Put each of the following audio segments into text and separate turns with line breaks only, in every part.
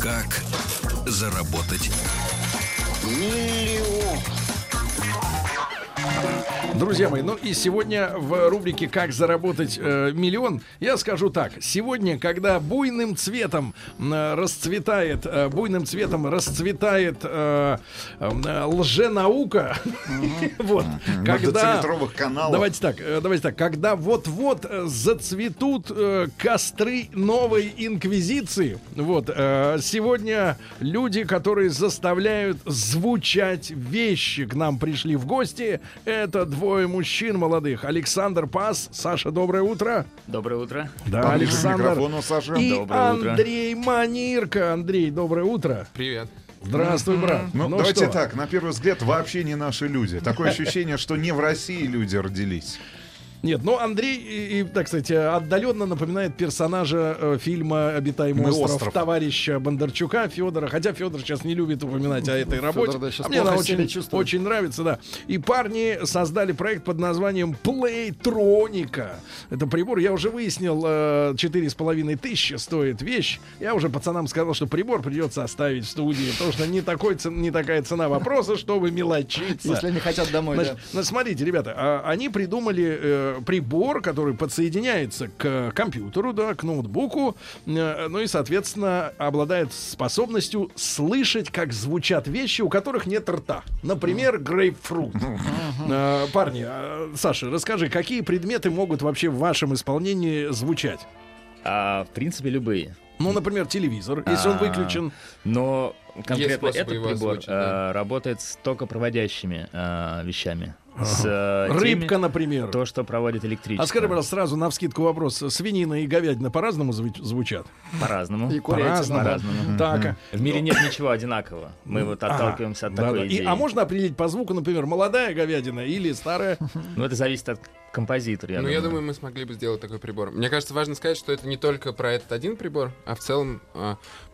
Как заработать
Друзья мои, ну и сегодня в рубрике «Как заработать э, миллион» я скажу так. Сегодня, когда буйным цветом э, расцветает, э, буйным цветом расцветает э, э, лженаука, вот, когда...
Многоцилиндровых каналов.
Давайте так, э, давайте так. Когда вот-вот э, зацветут э, костры новой инквизиции, вот, э, сегодня люди, которые заставляют звучать вещи, к нам пришли в гости, это двое мужчин молодых. Александр Пас, Саша, доброе утро.
Доброе утро.
Да,
Поближе к микрофону, Саша.
И
Доброе утро.
Андрей Манирко. Андрей, доброе утро.
Привет.
Здравствуй, брат.
Ну, давайте
что?
так, на первый взгляд вообще не наши люди. Такое ощущение, что не в России люди родились.
Нет, ну Андрей, и, и, так сказать, отдаленно напоминает персонажа э, фильма «Обитаемый
Мы
остров»,
остров.
товарища Бондарчука Федора. Хотя Федор сейчас не любит упоминать о этой работе.
да, щас
а мне она
плохо себя
очень,
чувствует.
очень нравится, да. И парни создали проект под названием «Плейтроника». Это прибор, я уже выяснил, э, четыре с половиной тысячи стоит вещь. Я уже пацанам сказал, что прибор придется оставить в студии, потому что не, такой, цен- не такая цена вопроса, чтобы мелочиться.
Если они хотят домой,
Значит, ну, смотрите, ребята, а, они придумали э, прибор, который подсоединяется к компьютеру, да, к ноутбуку, э, ну и, соответственно, обладает способностью слышать, как звучат вещи, у которых нет рта. Например, грейпфрут. Э, Парни, э, Саша, расскажи, какие предметы могут вообще в вашем исполнении звучать?
да. А, в принципе, любые.
Ну, например, телевизор, если он
А,
выключен.
Но конкретно
способы
этот
его
прибор
озвучить, да.
а, работает с токопроводящими а, вещами. С, а, теми,
Рыбка, например.
То, что проводит электричество.
А скажи, пожалуйста, сразу на вскидку вопрос. Свинина и говядина по-разному звуч- звучат?
По-разному.
И курятина.
По-разному.
По-разному.
Так. а-
В мире нет ничего одинакового. Мы вот отталкиваемся от
Да,
такой
да. И-
идеи.
а можно определить по звуку, например, молодая говядина или старая?
Ну, это зависит от композитора, я
ну,
думаю.
я думаю, мы смогли бы сделать такой прибор. Мне кажется, важно сказать, что это не только про этот один прибор, а в целом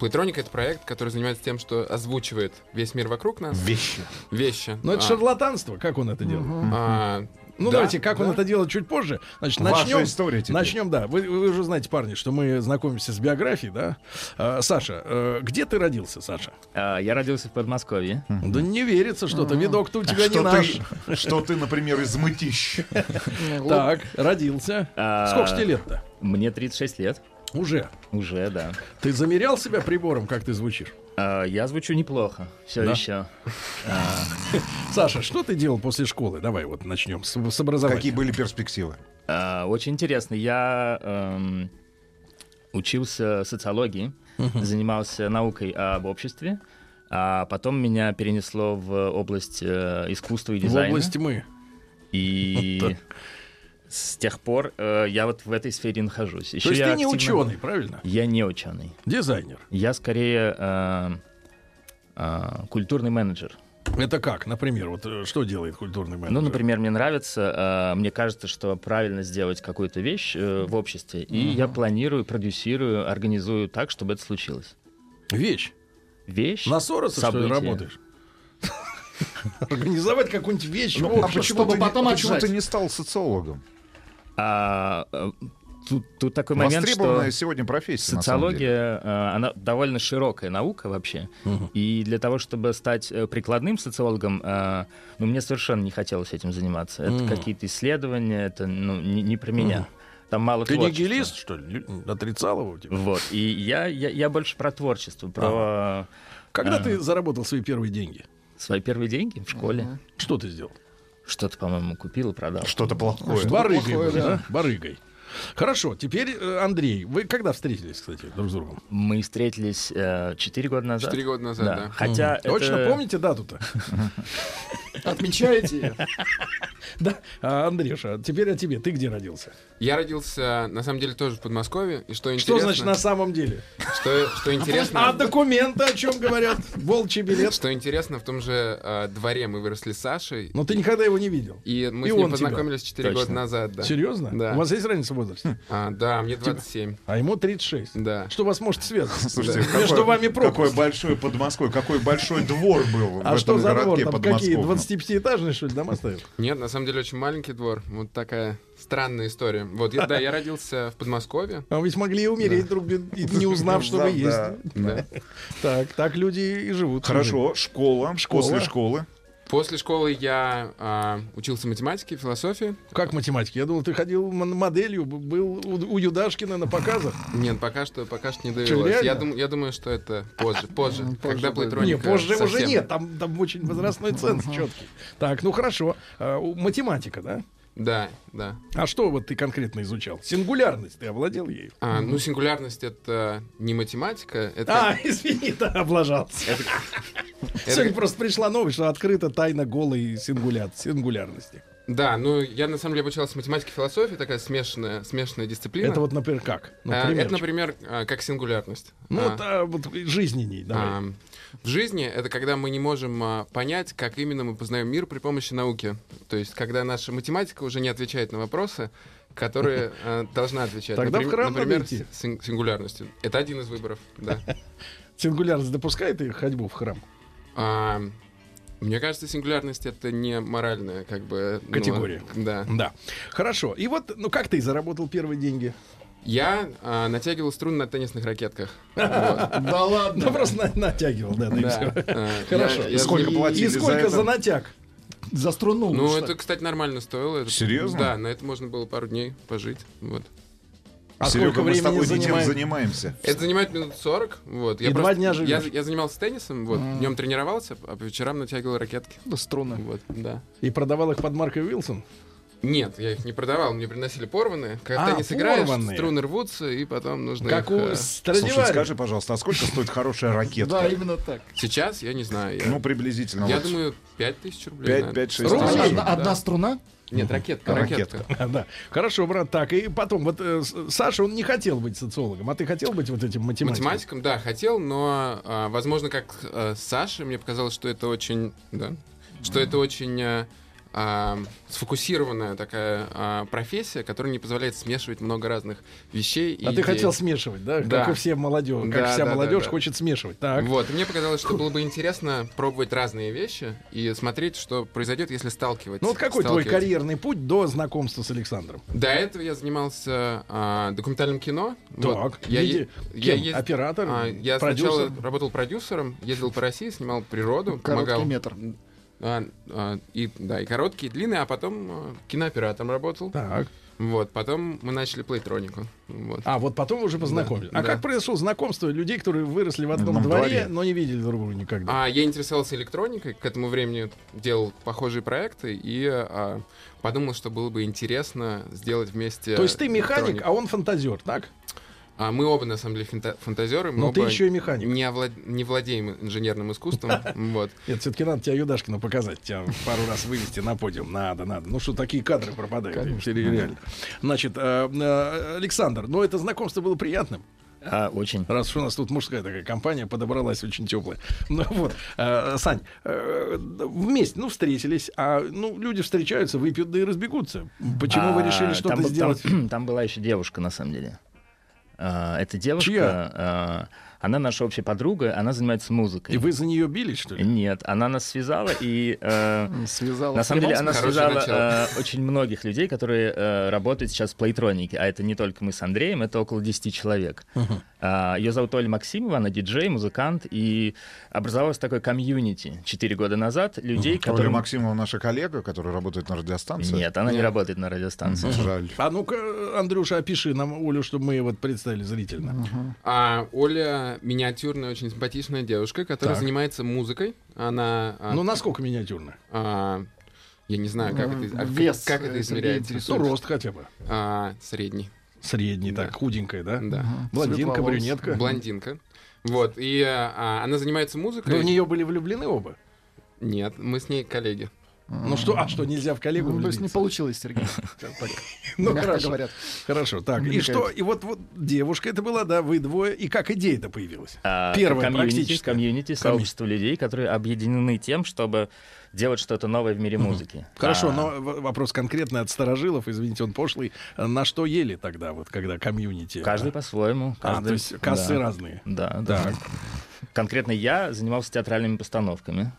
Плейтроник — это проект, который занимается тем, что озвучивает весь мир вокруг нас.
Вещи.
Вещи.
Но Ну, это
А,
шарлатанство, как он это делает?
а,
Ну,
да,
давайте, как он
да.
это делает чуть позже. Значит,
Ваша
начнем.
история теперь.
Начнем, да. Вы, вы же знаете, парни, что мы знакомимся с биографией, да? А, Саша, э, где ты родился, Саша?
А, я родился в Подмосковье.
Да не верится что-то. Видок-то у тебя не
Что
наш.
ты, что ты, например, из мытищ.
Так, родился.
А.
Сколько ж тебе лет-то?
Мне 36 лет.
Уже.
Уже, да.
Ты замерял себя прибором, как ты звучишь?
А, я звучу неплохо. Все
Да?
еще.
Саша, что ты делал после школы? Давай вот начнем с, с образования.
Какие были перспективы?
А, Очень интересно. Я эм, учился социологии, занимался наукой об обществе, а потом меня перенесло в область э, искусства и
В
дизайна.
область тьмы.
И
Вот так.
с тех пор э, я вот в этой сфере нахожусь. Еще
То есть
я
ты не
активно-
ученый, правильно?
Я не ученый.
Дизайнер.
Я скорее э, э, культурный менеджер.
Это как, например, вот э, что делает культурный менеджер?
Ну, например, мне нравится, э, мне кажется, что правильно сделать какую-то вещь э, в обществе, и я планирую, продюсирую, организую так, чтобы это случилось.
вещь.
Вещь.
На Сороса, что ли,
событие.
работаешь? Организовать какую-нибудь вещь. в
Ну, а
обществе.
почему,
чтобы
ты,
потом
не, почему
отжать.
ты не стал социологом?
А, э, тут, тут такой момент, что
Востребованная сегодня профессия. на самом деле.
социология, э, она довольно широкая наука вообще, и для того, чтобы стать э, прикладным социологом, э, ну, мне совершенно не хотелось этим заниматься. Это
Мгм.
какие-то исследования, это ну, не, не про меня. Там мало
Ты
творчества.
нигилист, что ли? Лю- Отрицал его у тебя?
Вот, и я, я, я больше про творчество, про...
Когда
А.
ты заработал свои первые деньги?
Свои первые деньги в школе.
Что ты сделал?
Что-то, по-моему, купил и продал.
Ну, Что-то плохое.
Барыгой
плохое,
был,
да.
да? Барыгой. Хорошо, теперь, э, Андрей, вы когда встретились, кстати, друг с другом?
Мы встретились э, 4 года назад.
Четыре года назад, да.
Хотя это-
Точно помните дату-то?
Отмечаете? её?
Да. А, Андрюша, теперь о тебе. Ты где родился?
Я родился, на самом деле, тоже в Подмосковье. И что
Что
интересно...
значит на самом деле?
Что, что интересно...
А документы о чем говорят? Волчий билет.
Что интересно, в том же э, дворе мы выросли с Сашей,
Но ты никогда его не видел.
и
Ну,
мы
И
с ним
он тебя.
познакомились 4 года
Точно.
назад, да.
Серьезно?
Да.
У вас есть разница в возрасте? возраст.
А, да, мне 27.
А ему 36.
Да.
Что вас может связать?
Слушайте,
Да. между вами
какой
пропасть.
большой Подмосковье, какой большой двор был в
А что
этом
за двор?
городке
Там какие
подмосковном.
25-этажные, что ли, дома стоят?
Нет, на самом деле очень маленький двор. Вот такая странная история. Вот, я- да, я родился в Подмосковье.
А ведь могли и умереть, друг без- и не узнав, что вы
Да,
есть.
да.
Да.
Так, так люди и живут.
Хорошо, школа,
Школа.
после школы.
После школы я а, учился математике, философии.
Как математики? Я думал, ты ходил мон- моделью, б- был у, у Юдашкина на показах.
Нет, пока что, пока что не
Что,
довелось. я,
реально? Ну,
дум- я думаю, что это позже, позже, когда
Не,
плейтроника
позже уже
совсем-
нет, там, там очень возрастной ценз четкий. Так, ну хорошо. А, у- математика, да?
Да, да.
А что вот ты конкретно изучал? Сингулярность, ты овладел ею?
А, ну, сингулярность — это не математика, это...
А, извини, да, облажался. Сегодня просто пришла новость, что открыта тайна голой сингуля- сингулярности.
Да, ну, я на самом деле обучался математике и философии, такая смешанная, смешанная дисциплина.
Это вот, например, как? Ну,
А,
пример.
это, например, а, как сингулярность.
Ну,
А,
вот, а, вот жизненней, давай.
Ам, В жизни это когда мы не можем а, понять, как именно мы познаем мир при помощи науки. То есть, когда наша математика уже не отвечает на вопросы, которые а, должна отвечать.
Тогда в
Наприм-
храм надо
например,
идти.
с- син- сингулярностью. Это один из выборов, да.
Сингулярность допускает и ходьбу в храм?
Ам, Мне кажется, сингулярность это не моральная, как бы. ну,
Категория.
Да.
Да. Хорошо. И вот, ну как ты заработал первые деньги?
Я а, натягивал струны на теннисных ракетках.
Да ладно.
Ну просто на- натягивал, да, да, и всё.
А,
Хорошо.
Хорошо.
Сколько платили
И
за
сколько
это?
за натяг?
Заструнул.
Ну,
что
это, кстати, нормально стоило. Это-
Серьезно?
Да, на это можно было пару дней пожить. Вот.
А
Серега,
сколько
мы с
времени
тобой не тем
занимает?
занимаемся.
Это занимает минут 40. Вот.
И два
просто-
дня
я,
живешь.
я занимался теннисом, вот, днем тренировался, а по вечерам натягивал ракетки.
Да струны.
Вот, да.
И продавал их под маркой Уилсон?
Нет, я их не продавал, мне приносили порванные. Когда
А,
теннис играешь,
порванные.
струны рвутся, и потом нужно
Как
их,
у
э,
Слушай,
Страдивари.
скажи, пожалуйста, а сколько стоит хорошая
Да,
ракета?
именно так.
Сейчас, я не знаю. Я,
Ну, приблизительно.
я
вот
думаю, 5000 рублей.
пять,
наверное.
пять, шесть
Рублей?
тысяч.
Одна,
да.
одна струна?
Нет, ракетка, ракетка.
Ракетка.
Да. Хорошо, брат, так. И потом, вот э, С- Саша, он не хотел быть социологом, а ты хотел быть вот этим математиком?
Математиком, да, хотел, но, а, возможно, как э, Саша, мне показалось, что это очень, да, что это очень э, а, сфокусированная такая а, профессия, которая не позволяет смешивать много разных вещей. и
А ты
идей.
хотел смешивать, да?
Да.
Как и все молодежь, как
Да,
вся
да, да,
молодежь
да.
хочет смешивать. Так.
Вот, и мне показалось, что было бы интересно пробовать разные вещи и смотреть, что произойдет, если сталкивать.
Ну вот какой твой
сталкивать.
карьерный путь до знакомства с Александром?
До этого я занимался а, документальным кино. Вот,
Так,
я,
види-
е- я
кем?
ез-
Оператор,
а, я
продюсер?
сначала работал продюсером, ездил по России, снимал природу,
Короткий
помогал.
метр.
А, а, и, да, и короткие, и длинные, а потом а, кинооператором работал.
Так.
Вот, потом мы начали плейтронику. Вот.
А вот потом уже познакомились.
Да,
а
да.
как произошло знакомство людей, которые выросли в одном
одном
дворе,
дворе.
но не видели друг друга никогда?
А я интересовался электроникой, к этому времени делал похожие проекты и а, подумал, что было бы интересно сделать вместе.
То есть ты механик,
электронику.
а он фантазер, так?
А мы оба на самом деле фанта- фантазеры. мы
Но ты
оба
еще и механик.
Не, овла- не владеем инженерным искусством. Вот.
Нет, все-таки надо тебя Юдашкину показать, тебя пару раз вывести на подиум. Надо, надо. Ну что, такие кадры пропадают. Ре- Реально. Значит, э, э, Александр, ну это знакомство было приятным.
А, очень.
Раз уж у нас тут мужская такая компания подобралась очень теплая. Ну вот, э, Сань, э, вместе, ну, встретились, а ну, люди встречаются, выпьют, да и разбегутся. Почему вы
А,
решили что-то
там был-
сделать?
Там, там была еще девушка, на самом деле. А, эта девушка,
Чья?
а, она наша общая подруга, она занимается музыкой.
И вы за нее бились, что ли?
Нет, она нас связала и... э,
Связала.
На самом деле она
Хорошее
связала
начало.
э, очень многих людей, которые э, работают сейчас в плейтронике. А это не только мы с Андреем, это около 10 человек. ее зовут Оля Максимова, она диджей, музыкант. И образовалось такое комьюнити 4 года назад людей,
Оля
которые...
Максимова наша коллега, которая работает на радиостанции.
Нет, она не
Нет.
работает на радиостанции.
Жаль.
А ну-ка, Андрюша, опиши нам Олю, чтобы мы ее вот представили зрительно.
А Оля миниатюрная, очень симпатичная девушка, которая
Так.
занимается музыкой. Она. а,
Ну, насколько миниатюрно?
а, я не знаю, как это, а,
Вес,
как, как это
э,
измеряется.
Сергей
Ну, рост хотя бы.
А, средний.
Средний,
Да.
так, худенькая, да?
Да.
Блондинка,
Светловолосая.
брюнетка.
Блондинка. Вот. И а, она занимается
Вы
музыкой.
Ну, в нее были влюблены оба?
Нет, мы с ней коллеги.
Ну что, а что, нельзя в коллегу
Ну, то есть не
влюбиться?
получилось, Сергей.
Так, так. Ну,
Мягко
хорошо.
говорят.
Хорошо, так. И
Мне
что?
кажется.
И вот, вот девушка это была, да, вы двое. И как идея это появилась?
А,
Первая
комьюнити,
практически.
комьюнити, сообщество людей, которые объединены тем, чтобы делать что-то новое в мире музыки.
Хорошо,
А,
но в- вопрос конкретный от старожилов, извините, он пошлый. На что ели тогда, вот когда комьюнити?
Каждый по-своему.
А,
каждый-
то есть кассы
да.
разные.
Да, да.
Так.
Конкретно я занимался театральными постановками.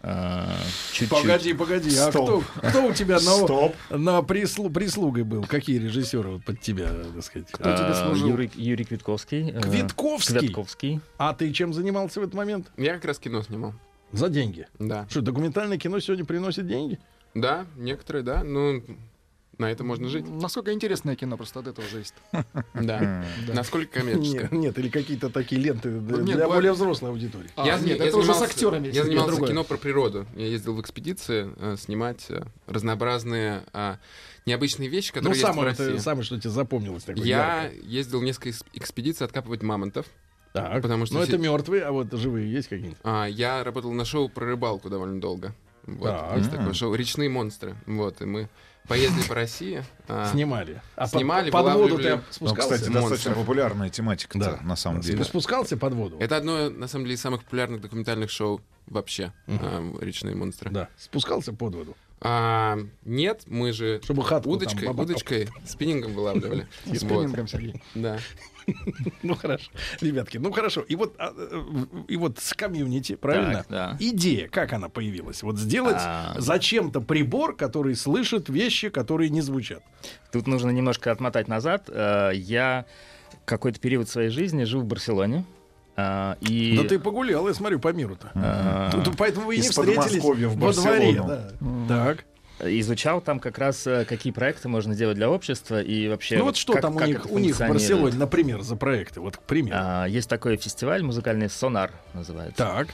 А, Чуть-чуть.
Погоди, погоди, а кто,
Стоп.
кто у тебя на,
Стоп.
на прислу- прислугой был? Какие режиссеры вот под тебя, так сказать?
Кто тебе
А,
служил?
Юрий, Юрий Квитковский. э,
Квитковский?
Квитковский.
А ты чем занимался в этот момент?
Я как раз кино снимал.
За деньги.
Да.
Что, документальное кино сегодня приносит деньги?
Да, некоторые, да. Ну, на это можно жить.
Насколько интересное кино просто от этого зависит.
Хм.
Да. Насколько коммерческое.
Нет, нет, или какие-то такие ленты для,
Ну, нет,
для
бывает-
более взрослой аудитории.
А, нет, это уже с актерами.
Я
всё,
занимался
другое.
кино про природу. Я ездил в экспедиции э, снимать э, разнообразные э, необычные вещи,
Ну,
которые есть в
самое, это
России.
самое, что тебе запомнилось. Такое
Я
яркое.
ездил в несколько эс- экспедиций откапывать мамонтов.
Так.
потому что
Ну,
все-
это мертвые, а вот живые есть какие-нибудь?
А, я работал на шоу про рыбалку довольно долго. Вот,
Так.
есть такое шоу «Речные монстры». Вот, и мы поездили по России. а,
Снимали. А под-
Снимали,
под, воду ты
вылавливали.
Ну,
спускался?
кстати,
Монстр.
достаточно популярная тематика
Да.
на самом деле.
Ты спускался под воду?
Это одно, на самом деле, из самых популярных документальных шоу вообще, а, «Речные монстры».
Да. Спускался под воду?
А, нет, мы же
Чтобы хатку там
удочкой,
бабахнул.
удочкой, спиннингом вылавливали.
И с
Вот,
пенингом, Сергей.
Да.
Ну хорошо, ребятки, ну хорошо. И вот, а, э, и вот с комьюнити, правильно?
Так, да.
Идея, как она появилась? Вот сделать
А.
зачем-то прибор, который слышит вещи, которые не звучат.
Тут нужно немножко отмотать назад. Э, Я какой-то период своей жизни жил в Барселоне. Э, И...
Да ты погулял, я смотрю, по миру-то.
э,
Тут поэтому вы и не
Из
встретились
А, Подмосковья в
во дворе.
Барселону.
да. Так.
изучал там как раз, э, какие проекты можно делать для общества и вообще...
ну вот что
Э, как-
там у
как
них,
это
у них в
функционирует.
Барселоне, например, за проекты? Вот к примеру.
А, Есть такой фестиваль музыкальный «Сонар» называется.
Так.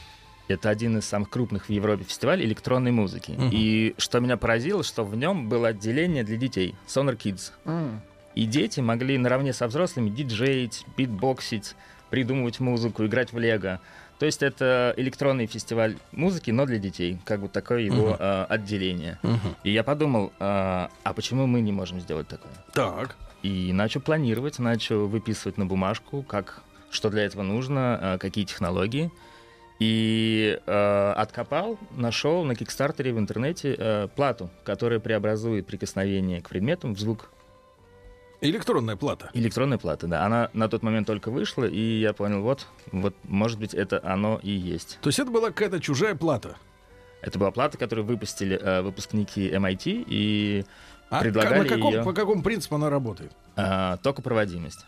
Это один из самых крупных в Европе фестивалей электронной музыки.
Мгм.
И что меня поразило, что в нем было отделение для детей «Сонар Kids.
М.
И дети могли наравне со взрослыми диджеить, битбоксить, придумывать музыку, играть в лего. То есть это электронный фестиваль музыки, но для детей, как бы такое его
Мгм.
э, отделение.
Мгм.
И я подумал, а, а почему мы не можем сделать такое?
Так.
И начал планировать, начал выписывать на бумажку, как, что для этого нужно, э, какие технологии. И э, откопал, нашел на Кикстартере в интернете э, плату, которая преобразует прикосновение к предметам в звук.
Электронная плата.
Электронная плата, да. Она на тот момент только вышла, и я понял, вот, вот, может быть, это оно и есть.
То есть это была какая-то чужая плата.
Это была плата, которую выпустили э, выпускники MIT, и
А к-
Предлагали
на каком-
её.
по какому принципу она работает?
э, только проводимость.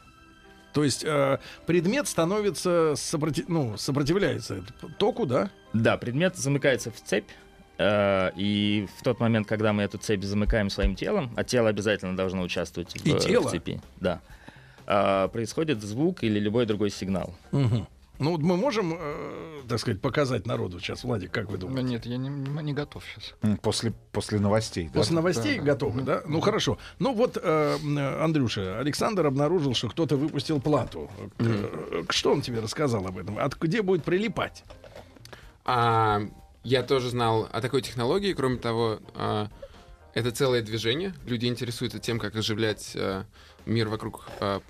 То есть э, предмет становится сопроти- ну, сопротивляется т- току, да?
Да, предмет замыкается в цепь, э, и в тот момент, когда мы эту цепь замыкаем своим телом, а тело обязательно должно участвовать в,
И
э, в
тело?
цепи, да, э, происходит звук или любой другой сигнал.
Ну вот мы можем, э, так сказать, показать народу сейчас, Владик, как вы
Ну,
думаете?
Нет, я не, не готов сейчас.
М, После, после новостей, да?
После новостей готовы, да? Ну хорошо. Ну вот, э, м, э, Андрюша, Александр обнаружил, что кто-то выпустил плату. Э, э, Что он тебе рассказал об этом? От где будет прилипать?
А, я тоже знал о такой технологии. Кроме того, а, это целое движение. Люди интересуются тем, как оживлять а, мир вокруг а,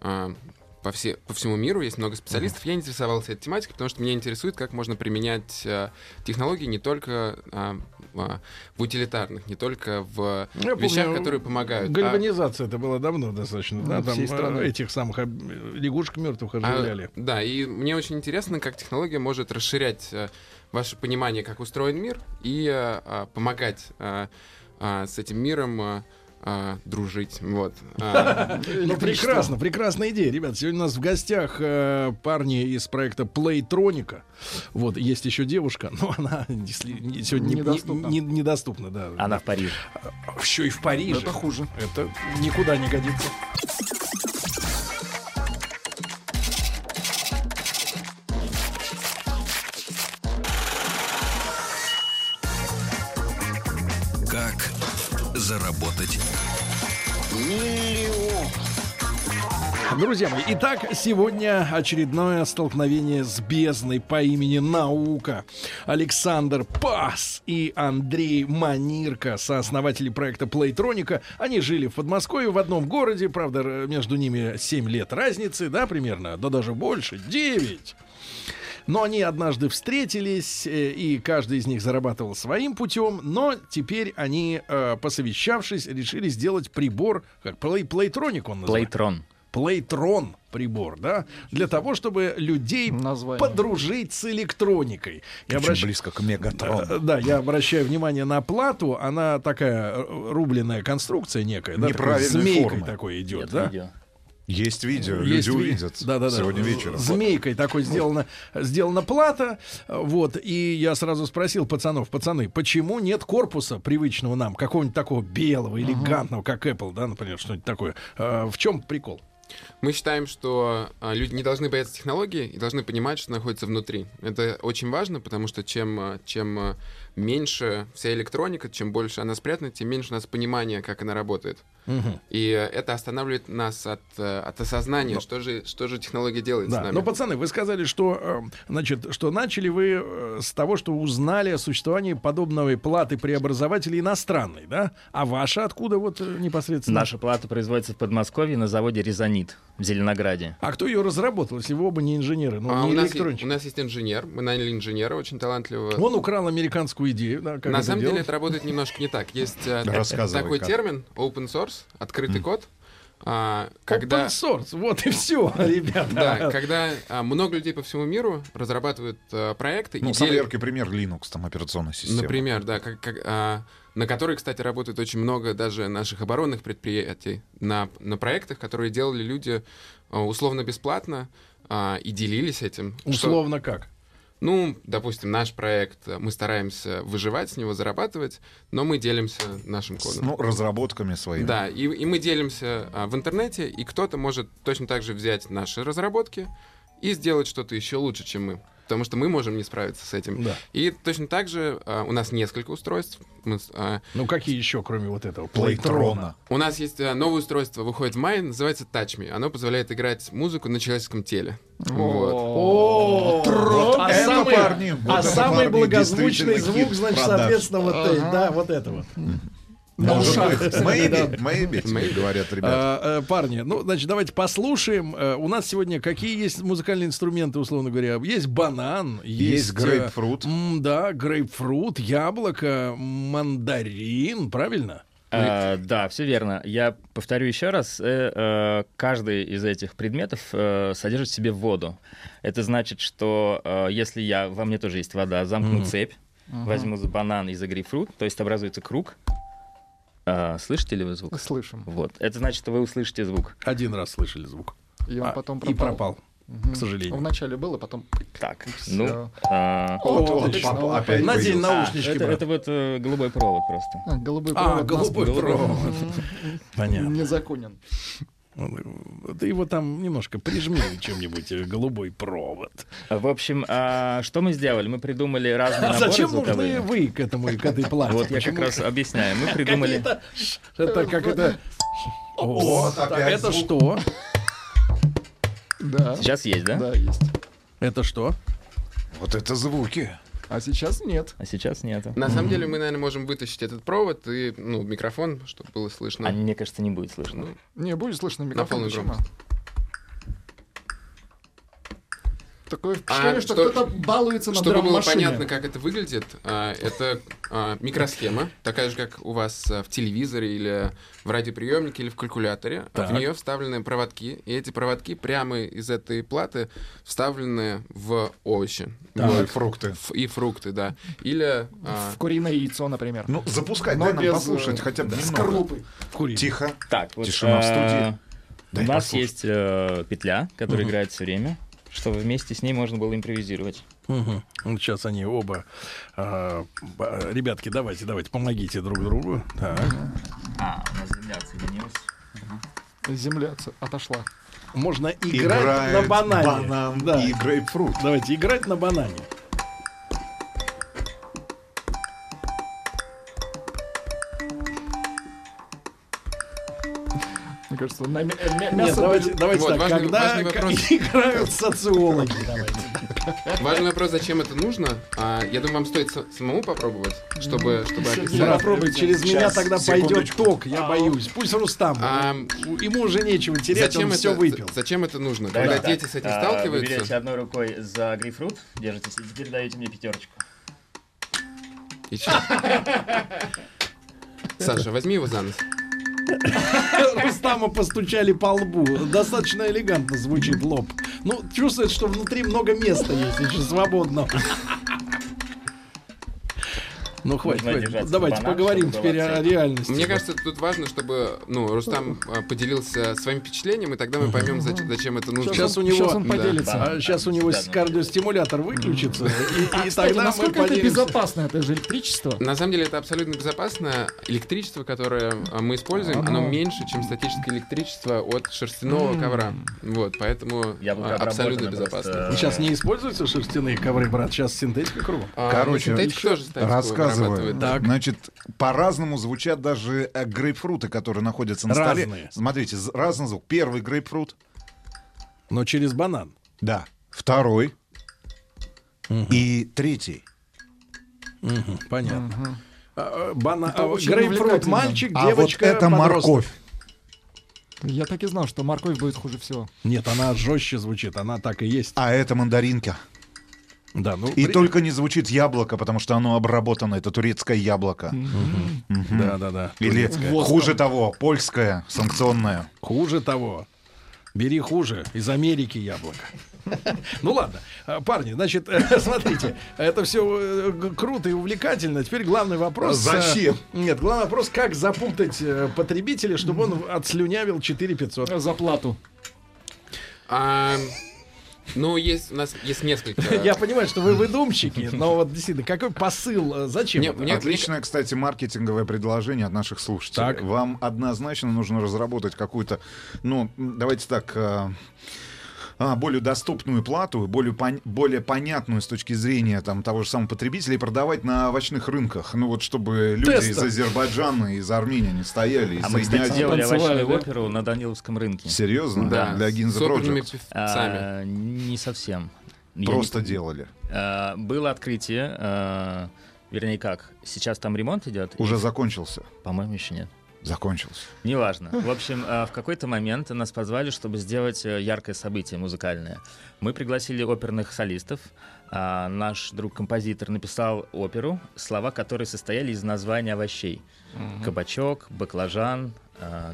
а, по, все, по всему миру. Есть много специалистов. Я интересовался этой тематикой, потому что меня интересует, как можно применять а, технологии не только а, а, в утилитарных, не только в
Я помню,
вещах, которые помогают. а-
Гальванизация это было давно достаточно, да?
Ну,
Там
всей
э,
страны.
этих самых об- э, лягушек мертвых
А,
оживляли.
да, и мне очень интересно, как технология может расширять э, ваше понимание, как устроен мир, и э, а, помогать э, а, с этим миром э, а, дружить. Вот. А,
Ну, прекрасно, прекрасная идея, ребят. Сегодня у нас в гостях э, парни из проекта Playtronica. Вот, есть еще девушка, но она если- не- сегодня не- не-
Недоступна.
не- недоступна, да.
Она в Париже.
еще и в Париже.
Это хуже.
Это никуда не годится.
Как заработать?
Друзья мои, итак, сегодня очередное столкновение с бездной по имени Наука. Александр Пас и Андрей Манирко, сооснователи проекта Playtronica. Они жили в Подмосковье в одном городе, правда, р- между ними 7 лет разницы, да, примерно, да даже больше, 9. Но они однажды встретились, э, и каждый из них зарабатывал своим путем, но теперь они, э, посовещавшись, решили сделать прибор, как плей, плейтроник он называется.
Плейтрон.
Плейтрон прибор, да, для того, чтобы людей
Название.
подружить с электроникой. Я
Очень
обращ-
близко к Мегатрону.
Э, Да, я обращаю внимание на плату, она такая э, рубленная конструкция некая, да, такой
Неправильной
змейкой
формы.
такой идет,
Нет,
да.
видео.
Есть видео,
Есть
люди
ви-
увидят
Да-да-да.
сегодня вечером.
Змейкой такой сделана, сделана плата. э, Вот. И я сразу спросил пацанов, пацаны, почему нет корпуса привычного нам, какого-нибудь такого белого, элегантного, как Apple, да, например, что-нибудь такое. Э, в чем прикол?
Мы считаем, что а, люди не должны бояться технологии и должны понимать, что находится внутри. Это очень важно, потому что чем, а, чем а, меньше вся электроника, чем больше она спрятана, тем меньше у нас понимания, как она работает. И а, это останавливает нас от, а, от осознания, что, же, что же технология делает с
Да.
нами.
Но, пацаны, вы сказали, что, э, значит, что начали вы э, с того, что узнали о существовании подобного платы преобразователей иностранной, да? А ваша откуда вот э, непосредственно?
Наша плата производится в Подмосковье на заводе «Резонит» в Зеленограде.
А кто ее разработал, если вы оба не инженеры, ну,
А
не
у, нас есть,
электронщики?
у нас есть инженер, мы наняли инженера очень талантливого.
Он украл американскую идею, да, как
На
это
самом деле
делать?
это работает немножко не так. Есть э,
Да, рассказывай,
такой
как.
термин open source, открытый код. а,
Open
Когда
source, вот и все, ребята.
Да, когда а, много людей по всему миру разрабатывают а, проекты
Ну,
и
самый
делят-
яркий пример Linux, там операционная система.
например, да, как, как, а, на которые, кстати, работает очень много даже наших оборонных предприятий на, на проектах, которые делали люди а, условно бесплатно а, и делились этим. что-
Условно как?
ну, допустим, наш проект, а, мы стараемся выживать с него, зарабатывать, но мы делимся нашим
С,
кодом.
ну, разработками своими.
Да, и, и мы делимся а, в интернете, и кто-то может точно так же взять наши разработки и сделать что-то еще лучше, чем мы. Потому что мы можем не справиться с этим.
Да.
И точно так же а, у нас несколько устройств. Мы с- а,
Ну какие еще, кроме вот этого?
Плейтрона.
у нас есть а, новое устройство, выходит в мае, называется Touch Me. Оно позволяет играть музыку на человеческом теле. Вот.
О, а
это
самый,
парни, вот
а
это
самый
парни,
благозвучный
действительно
звук,
хит
значит,
продаж.
соответственно, вот, э, да, вот это вот.
Может быть, maybe, maybe, тебе говорят ребята.
А, э, парни, ну, значит, давайте послушаем. Э, у нас сегодня какие есть музыкальные инструменты, условно говоря? Есть банан, есть...
Есть
э,
грейпфрут.
м, да, грейпфрут, яблоко, мандарин, правильно?
А, да, все верно. Я повторю еще раз. э, э, каждый из этих предметов э, содержит в себе воду. Это значит, что э, если я во мне тоже есть вода, замкну цепь, возьму за банан и за грейпфрут, то есть образуется круг. А, слышите ли вы звук?
Ну, Слышим.
Вот. Это значит, что вы услышите звук.
Один раз слышали звук.
И он
А,
потом
И пропал,
Мгм.
к сожалению.
Вначале было, потом...
Так.
Всё.
Ну. а,
Вот,
Вот,
отлично.
папа опять
Надень
появился.
наушнички,
это,
брат.
это вот э, голубой провод просто.
А, голубой
А,
провод нас
голубой провод. Понятно.
Незаконен.
Ты его там немножко прижми чем-нибудь, э, голубой провод.
В общем, а, что мы сделали? Мы придумали разные
А
наборы
зачем
звуковые.
нужны вы к этому, к этой плате?
Вот я как раз объясняю. Мы придумали...
Какие-то ш- Это как это...
Вот
Так,
опять
Это
звук.
что?
Да,
Сейчас есть, да?
да, есть.
Это что?
Вот это звуки.
А сейчас нет.
А сейчас нету.
На самом деле мы, наверное, можем вытащить этот провод и ну, микрофон, чтобы было слышно. Ну,
А мне кажется, не будет слышно.
Не, будет слышно
полную
микрофон. почему?
громкость.
Такое впечатление,
А,
что
что-
кто-то балуется на
Чтобы было
драм-машине.
понятно, как это выглядит, а, это а, микросхема, такая же, как у вас а, в телевизоре или в радиоприемнике или в калькуляторе. А В
Так.
нее вставлены проводки, и эти проводки прямо из этой платы вставлены в овощи
Ну, и
Вот.
фрукты.
Ф- и фрукты, да. Или а,
В куриное яйцо, например.
Ну, запускай,
Но
дай нам
без,
послушать
э,
хотя бы
да,
немного.
скорлупы.
Кури.
Тихо.
Так, вот...
Тишина в
а,
студии. Дай
У нас
послушать.
есть э, петля, которая играет все время, чтобы вместе с ней можно было импровизировать.
Мгм. Ну, Сейчас они оба. а, б- ребятки, давайте, давайте, помогите друг другу. Так.
А, у нас земля соединилась.
Земля ц- отошла.
Можно играть
Играет
на банане.
банан
Да.
и грейпфрут.
Давайте играть на банане.
Мне кажется, на мя- э, мя-
Нет,
мясо...
давайте, давайте
Вот,
так,
важный-
когда
важный вопрос.
играют социологи, давайте.
Важный вопрос, зачем это нужно. А, я думаю, вам стоит са- самому попробовать, чтобы, чтобы
Не,
описать.
попробуй, через меня тогда пойдет
секундочку.
ток, я боюсь. Пусть Рустам,
А,
у- ему уже нечего терять,
Зачем
он все
это,
выпил.
зачем это нужно? Когда дети с этим
Вы берете
сталкиваются,
одной рукой за грейпфрут, держитесь и теперь даете мне пятерочку.
и чё? Саша, возьми его за нос.
Рустама постучали по лбу. Достаточно элегантно звучит лоб. Ну, чувствует, что внутри много места есть, еще свободно. Ну, хватит,
Нужно
хватит.
держаться
Давайте
банан,
поговорим
чтобы была
теперь о
цель.
реальности.
Мне кажется, тут важно, чтобы ну, Рустам а, поделился своим впечатлением, и тогда мы поймем, зач- зачем это нужно.
Сейчас у
Сейчас
него-
он
Да.
поделится.
а сейчас у него с- кардиостимулятор выключится, и- и,
Кстати,
тогда мы
насколько это
поделимся.
безопасно, это же электричество?
На самом деле это абсолютно безопасно. Электричество, которое а, мы используем,
Ага.
оно меньше, чем статическое электричество от шерстяного ковра. Вот, поэтому
Яблоко
а, абсолютно
обработано просто.
безопасно.
Сейчас не используются шерстяные ковры, брат, сейчас синтетика кругом.
А,
Короче,
синтетика тоже статику
Рассказываю.
вырабатывает, да.
Так.
Значит, по-разному звучат даже э, грейпфруты, которые находятся на
Разные.
столе. Смотрите, з- разный звук. Первый грейпфрут.
Но через банан.
Да. Второй. И третий.
Мгм, Понятно. А, а, бана-
Это
а,
очень
Грейпфрут
увлекательно.
мальчик,
А вот
девочка,
это
подросток.
морковь.
Я так и знал, что морковь будет хуже всего.
Нет, она жестче звучит, она так и есть.
А это мандаринка.
Да, ну,
И
при-
только не звучит яблоко, потому что оно обработано. Это турецкое яблоко.
Да, да, да.
Или хуже того, польское, санкционное.
Хуже того. Бери хуже. Из Америки яблоко. Ну ладно, А, парни, значит, смотрите, это все круто и увлекательно. Теперь главный вопрос. э,
Зачем?
Нет, главный вопрос, как запутать э, потребителя, чтобы он отслюнявил 4500.
За плату.
А, ну, есть у нас есть несколько.
Я понимаю, что вы выдумщики, но вот действительно, какой посыл, э, зачем?
Мне-
это?
мне-
Отличное, кстати, маркетинговое предложение от наших слушателей.
Так.
Вам однозначно нужно разработать какую-то, ну, м, давайте так, э, а, более доступную плату, более, пон- более понятную с точки зрения там, того же самого потребителя и продавать на овощных рынках. Ну вот, чтобы люди
Тесто.
из Азербайджана и из Армении не стояли и
А мы, кстати,
соединялись.
делали
Танцевали,
овощную
да?
оперу на Даниловском рынке.
Серьезно?
Да,
Для
с
Гинза
оперными
Project?
певцами.
А, не совсем. Я
Просто
не-
делали.
А, было открытие, а, вернее как, сейчас там ремонт идет.
Уже закончился.
По-моему, еще нет.
Закончился.
Неважно. В общем, э, в какой-то момент нас позвали, чтобы сделать э, яркое событие музыкальное. Мы пригласили оперных солистов. А, Наш друг-композитор написал оперу, слова которые состояли из названий овощей. Кабачок, баклажан э,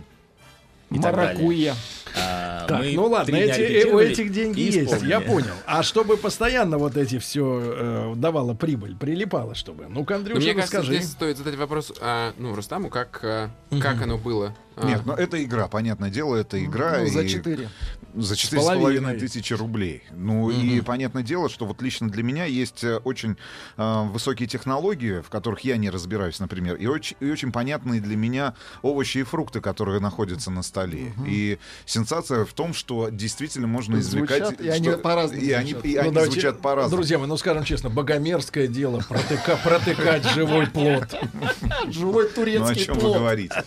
и так далее.
Маракуйя.
А,
Так,
мы
ну ладно,
три дня
эти- э, у
репетировали
этих деньги
и
есть, я
исполнили.
понял. А чтобы постоянно вот эти все давало прибыль, прилипало, чтобы. Ну-ка,
Но
Андрюша,
Ну,
ну
мне кажется,
расскажи.
здесь стоит задать вопрос а, ну, Рустаму, как, а, как оно было. А,
Нет, но это игра, понятное дело, это игра.
Ну, за
и-
четыре.
За четыре с
половиной.
половиной тысячи рублей. Ну и понятное дело, что вот лично для меня есть э, очень э, высокие технологии, в которых я не разбираюсь, например, и очень, и очень понятные для меня овощи и фрукты, которые находятся на столе. И сенсация в том, что действительно можно
Звучат,
извлекать...
и они
что-
по-разному
И они,
звучат.
и
Ну,
они
давайте,
звучат по-разному.
Друзья мои, ну скажем честно, богомерзкое дело протыка- протыкать живой плод.
Живой
Ну о
турецкий
чем вы
плод.
говорите?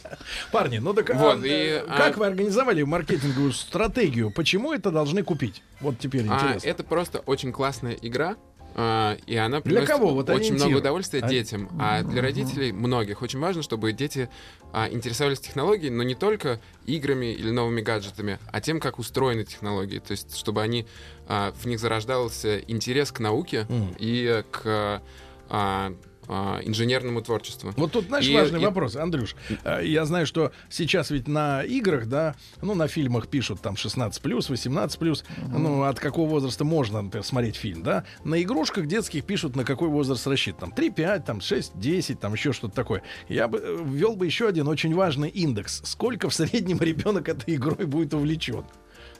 Парни, ну так а,
Вот,
э,
и, а-
как вы организовали маркетинговую стратегию? Почему это должны купить? Вот теперь
а,
интересно.
это просто очень классная игра. а, и
Для
она приносит
кого? Вот
очень
ориентир.
много удовольствия
А-
детям. А для родителей многих очень важно, чтобы дети а, интересовались технологией, но не только играми или новыми гаджетами, а тем, как устроены технологии. То есть, чтобы они а, в них зарождался интерес к науке
Мгм.
и э, к а, а, инженерному творчеству.
Вот тут, знаешь,
И-
важный
и-
вопрос, Андрюш. э, Я знаю, что сейчас ведь на играх, да, ну, на фильмах пишут там 16+, 18+, ну, от какого возраста можно, например, смотреть фильм, да? На игрушках детских пишут, на какой возраст рассчитан. Там 3, 5, там 6, 10, там еще что-то такое. Я бы э, ввел бы еще один очень важный индекс. Сколько в среднем ребенок этой игрой будет увлечен?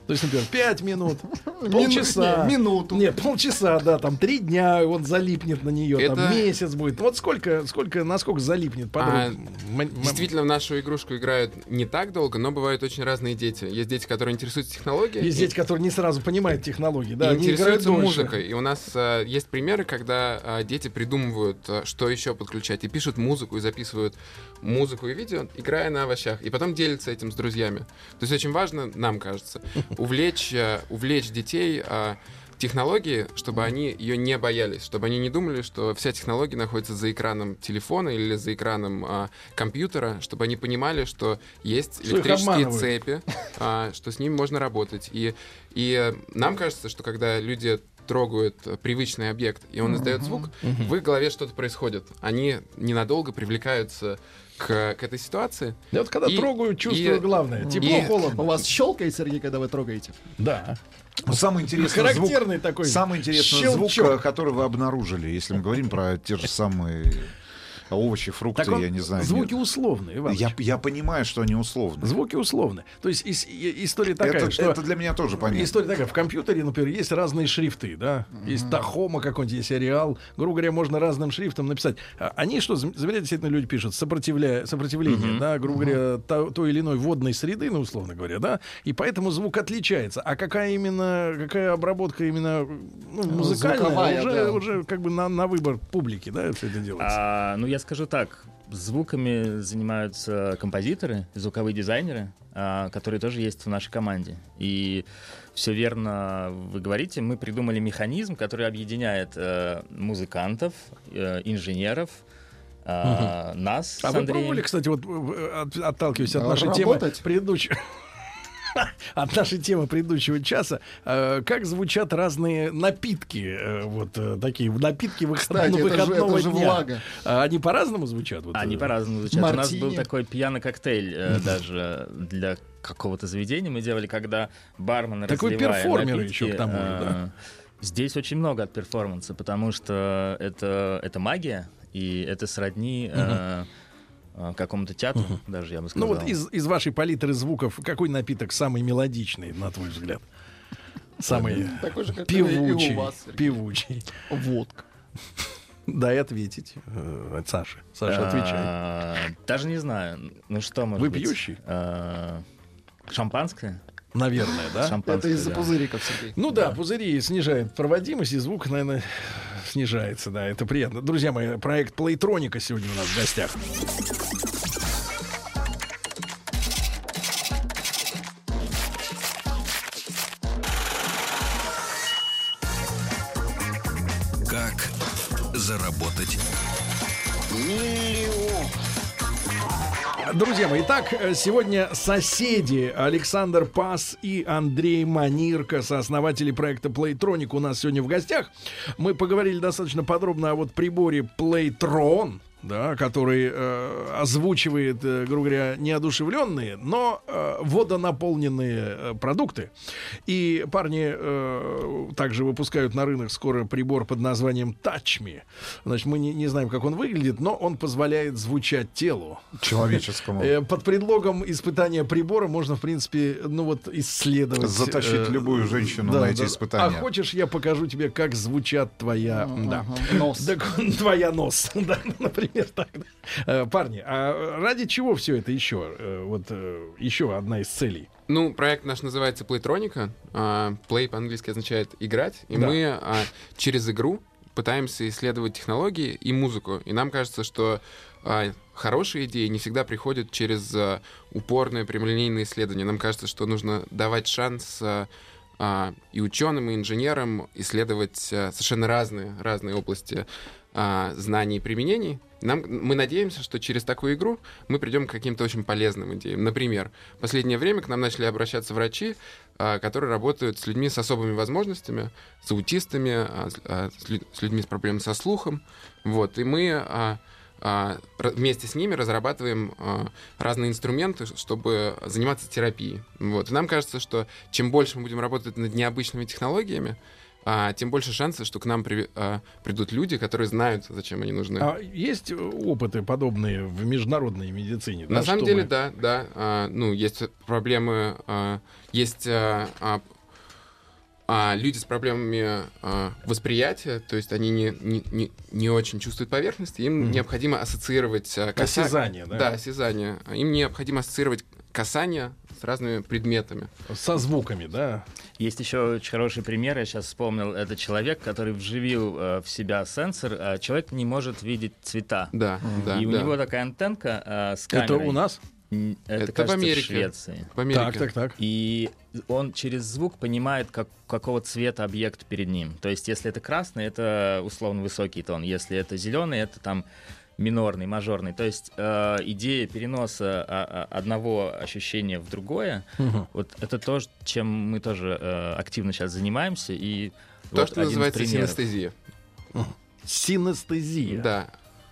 То есть, например, 5 минут, полчаса.
Не, минуту.
Не, полчаса, да, там три дня он залипнет на нее, там
Это-
месяц будет. Вот сколько, сколько, насколько залипнет подруг?
А,
М- м-
Действительно, в нашу игрушку играют не так долго, но бывают очень разные дети. Есть дети, которые интересуются технологией.
Есть дети, которые не сразу понимают технологии, да,
и
они играют
интересуются
дольше.
музыкой. И у нас э, есть примеры, когда э, дети придумывают, э, что еще подключать, и пишут музыку, и записывают музыку и видео, играя на овощах, и потом делятся этим с друзьями. То есть очень важно, нам кажется, увлечь, э, увлечь детей э, технологии, чтобы они ее не боялись, чтобы они не думали, что вся технология находится за экраном телефона или за экраном э, компьютера, чтобы они понимали, что есть
их
электрические
обманывают.
цепи, цепи, а, что с ним можно работать. И, и э, нам кажется, что когда люди трогают э, привычный объект, и он издает звук, в их голове что-то происходит. Они ненадолго привлекаются к, к этой ситуации.
Я вот когда
И-
трогаю, чувствую
и-
главное. Тепло,
и-
У
холодно.
вас щелкает, Сергей, когда вы трогаете?
Да.
Самый интересный звук,
Характерный такой.
самый интересный
щелчок.
звук, э, который вы обнаружили, если мы говорим про те же самые овощи, фрукты,
Так он-
я не знаю.
Звуки
нет.
условные, Иваныч.
я, я понимаю, что они условны.
Звуки условные. То есть ис- и- история такая,
Это,
что...
это для меня тоже понятно.
История такая, в компьютере, например, есть разные шрифты, да, есть Тахома какой-нибудь, есть Ареал, грубо говоря, можно разным шрифтом написать. А Они что, зам- замечательно действительно люди пишут, сопротивля... сопротивление, да, грубо говоря, то, той или иной водной среды, ну, условно говоря, да, и поэтому звук отличается. А какая именно, какая обработка именно ну, музыкальная,
Звуковая,
уже,
да.
уже как бы на, на выбор публики, да, все это делается.
А, ну, я скажу так. Звуками занимаются композиторы, звуковые дизайнеры, а, которые тоже есть в нашей команде. И все верно вы говорите. Мы придумали механизм, который объединяет э, музыкантов, э, инженеров, а, нас
А
с
вы
Андреем.
пробовали, кстати, вот э, от- отталкиваясь от
А,
нашей
работать?
темы предыдущего. От нашей темы предыдущего часа, э, как звучат разные напитки, э, вот э, такие напитки выход-
Кстати, это же-
выходного
это же
дня.
влага.
А Они по-разному звучат. Вот,
Они
э,
по-разному звучат. У нас был
Мартини.
такой пьяный коктейль э, даже для какого-то заведения мы делали, когда бармен
Так вы
разливая
перформеры
напитки,
ещё к тому же, да?
э, Здесь очень много от перформанса, потому что это, это магия, и это сродни э, э, какому-то театру, даже я бы
Ну
сказал.
вот из, из вашей палитры звуков какой напиток самый мелодичный, на твой взгляд? Самый
Такой же, как
певучий.
и у вас. Сергей.
Певучий.
Водка.
Дай ответить, э, Саша. Саша, отвечай.
А, Даже не знаю. Ну что, может
Вы
быть?
пьющий?
А, Шампанское?
Наверное, да?
Шампанское,
Это из-за
да.
пузыриков, Сергей.
Ну да, пузыри снижают проводимость, и звук, наверное, снижается, да, это приятно. Друзья мои, проект Плейтроника сегодня у нас в гостях.
Как заработать?
Друзья мои, итак, э, сегодня соседи Александр Пас и Андрей Манирко, сооснователи проекта Playtronic, у нас сегодня в гостях. Мы поговорили достаточно подробно о вот приборе Playtron, да, который э, озвучивает, э, грубо говоря, неодушевленные, но э, водонаполненные э, продукты. И парни э, также выпускают на рынок скоро прибор под названием Touch Me. Значит, мы не, не знаем, как он выглядит, но он позволяет звучать телу.
Человеческому.
Э, Под предлогом испытания прибора можно, в принципе, ну вот исследовать.
Затащить
э,
любую женщину
да,
на эти
да.
испытания.
А хочешь, я покажу тебе, как звучат твоя... Да.
Ага, Нос.
Так, твоя нос, да, например, так. да. Э, Парни, а ради чего все это еще? Э, Вот э, еще одна из целей.
Ну, проект наш называется Playtronica. А, Play по-английски означает играть. И
Да.
мы а, через игру пытаемся исследовать технологии и музыку. И нам кажется, что а, хорошие идеи не всегда приходят через а, упорное прямолинейное исследование. Нам кажется, что нужно давать шанс а, а, и ученым, и инженерам исследовать а, совершенно разные, разные области а, знаний и применений. Нам, мы надеемся, что через такую игру мы придем к каким-то очень полезным идеям. Например, в последнее время к нам начали обращаться врачи, а, которые работают с людьми с особыми возможностями, с аутистами, а, с- а, с лю- с людьми с проблемами со слухом. Вот, и мы а, а, ра- вместе с ними разрабатываем а, разные инструменты, ш- чтобы заниматься терапией. Вот. И нам кажется, что чем больше мы будем работать над необычными технологиями, а, тем больше шансов, что к нам при- а, придут люди, которые знают, зачем они нужны.
А есть опыты подобные в международной медицине?
На
да,
самом
чтобы-
деле, да, да. А, ну, есть проблемы, а, есть а, а, а, люди с проблемами а, восприятия, то есть они не, не, не, не очень чувствуют поверхность, им
Мгм.
необходимо ассоциировать а, каса-
Осязание, да?
Да, осязание. Им необходимо ассоциировать касание с разными предметами.
Со звуками, да?
Есть еще очень хороший пример, я сейчас вспомнил. Это человек, который вживил э, в себя сенсор, а человек не может видеть цвета.
Да, да,
и у
да.
него такая антенка э, с
Это
камерой.
у нас?
Н- Это,
Это в
кажется,
Америке.
в Швеции.
В Америке.
Так, так, так.
И он через звук понимает, как, какого цвета объект перед ним. То есть, если это красный, это условно высокий тон. Если это зеленый, это там минорный, мажорный. То есть э, идея переноса а, а, одного ощущения в другое,
Мгм.
вот это то, ж- чем мы тоже э, активно сейчас занимаемся. И
То,
вот один
что
из
называется
примеров.
синестезия.
Синестезия.
Да.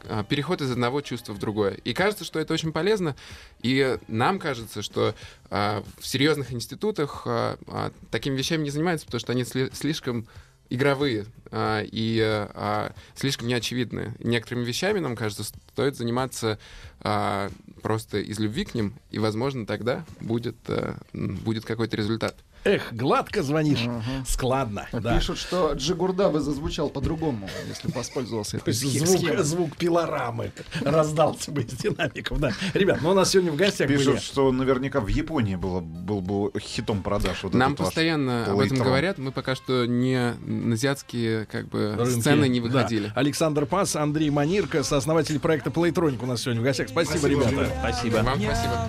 А, Переход из одного чувства в другое. И кажется, что это очень полезно. И нам кажется, что а, в серьезных институтах а, а, такими вещами не занимаются, потому что они сли- слишком игровые а, и а, слишком неочевидные. Некоторыми вещами, нам кажется, стоит заниматься а, просто из любви к ним, и, возможно, тогда будет, а, м, будет какой-то результат.
Эх, гладко звонишь.
Ага.
Складно. Да.
Пишут, что Джигурда бы зазвучал по-другому, если воспользовался
То
этой
есть
схе-
звук,
схемой.
звук пилорамы раздался бы из динамиков, да. Ребят, ну у нас сегодня в гостях были...
Пишут, что наверняка в Японии было, был бы хитом продаж. Вот
Нам
этот ваш.
постоянно об этом
лейтрон.
говорят, мы пока что не на азиатские как бы
рынки.
сцены не
Да.
выходили.
Александр Пас, Андрей Манирко, сооснователь проекта Playtronic у нас сегодня в гостях. Спасибо ребята.
Спасибо.
Вам спасибо.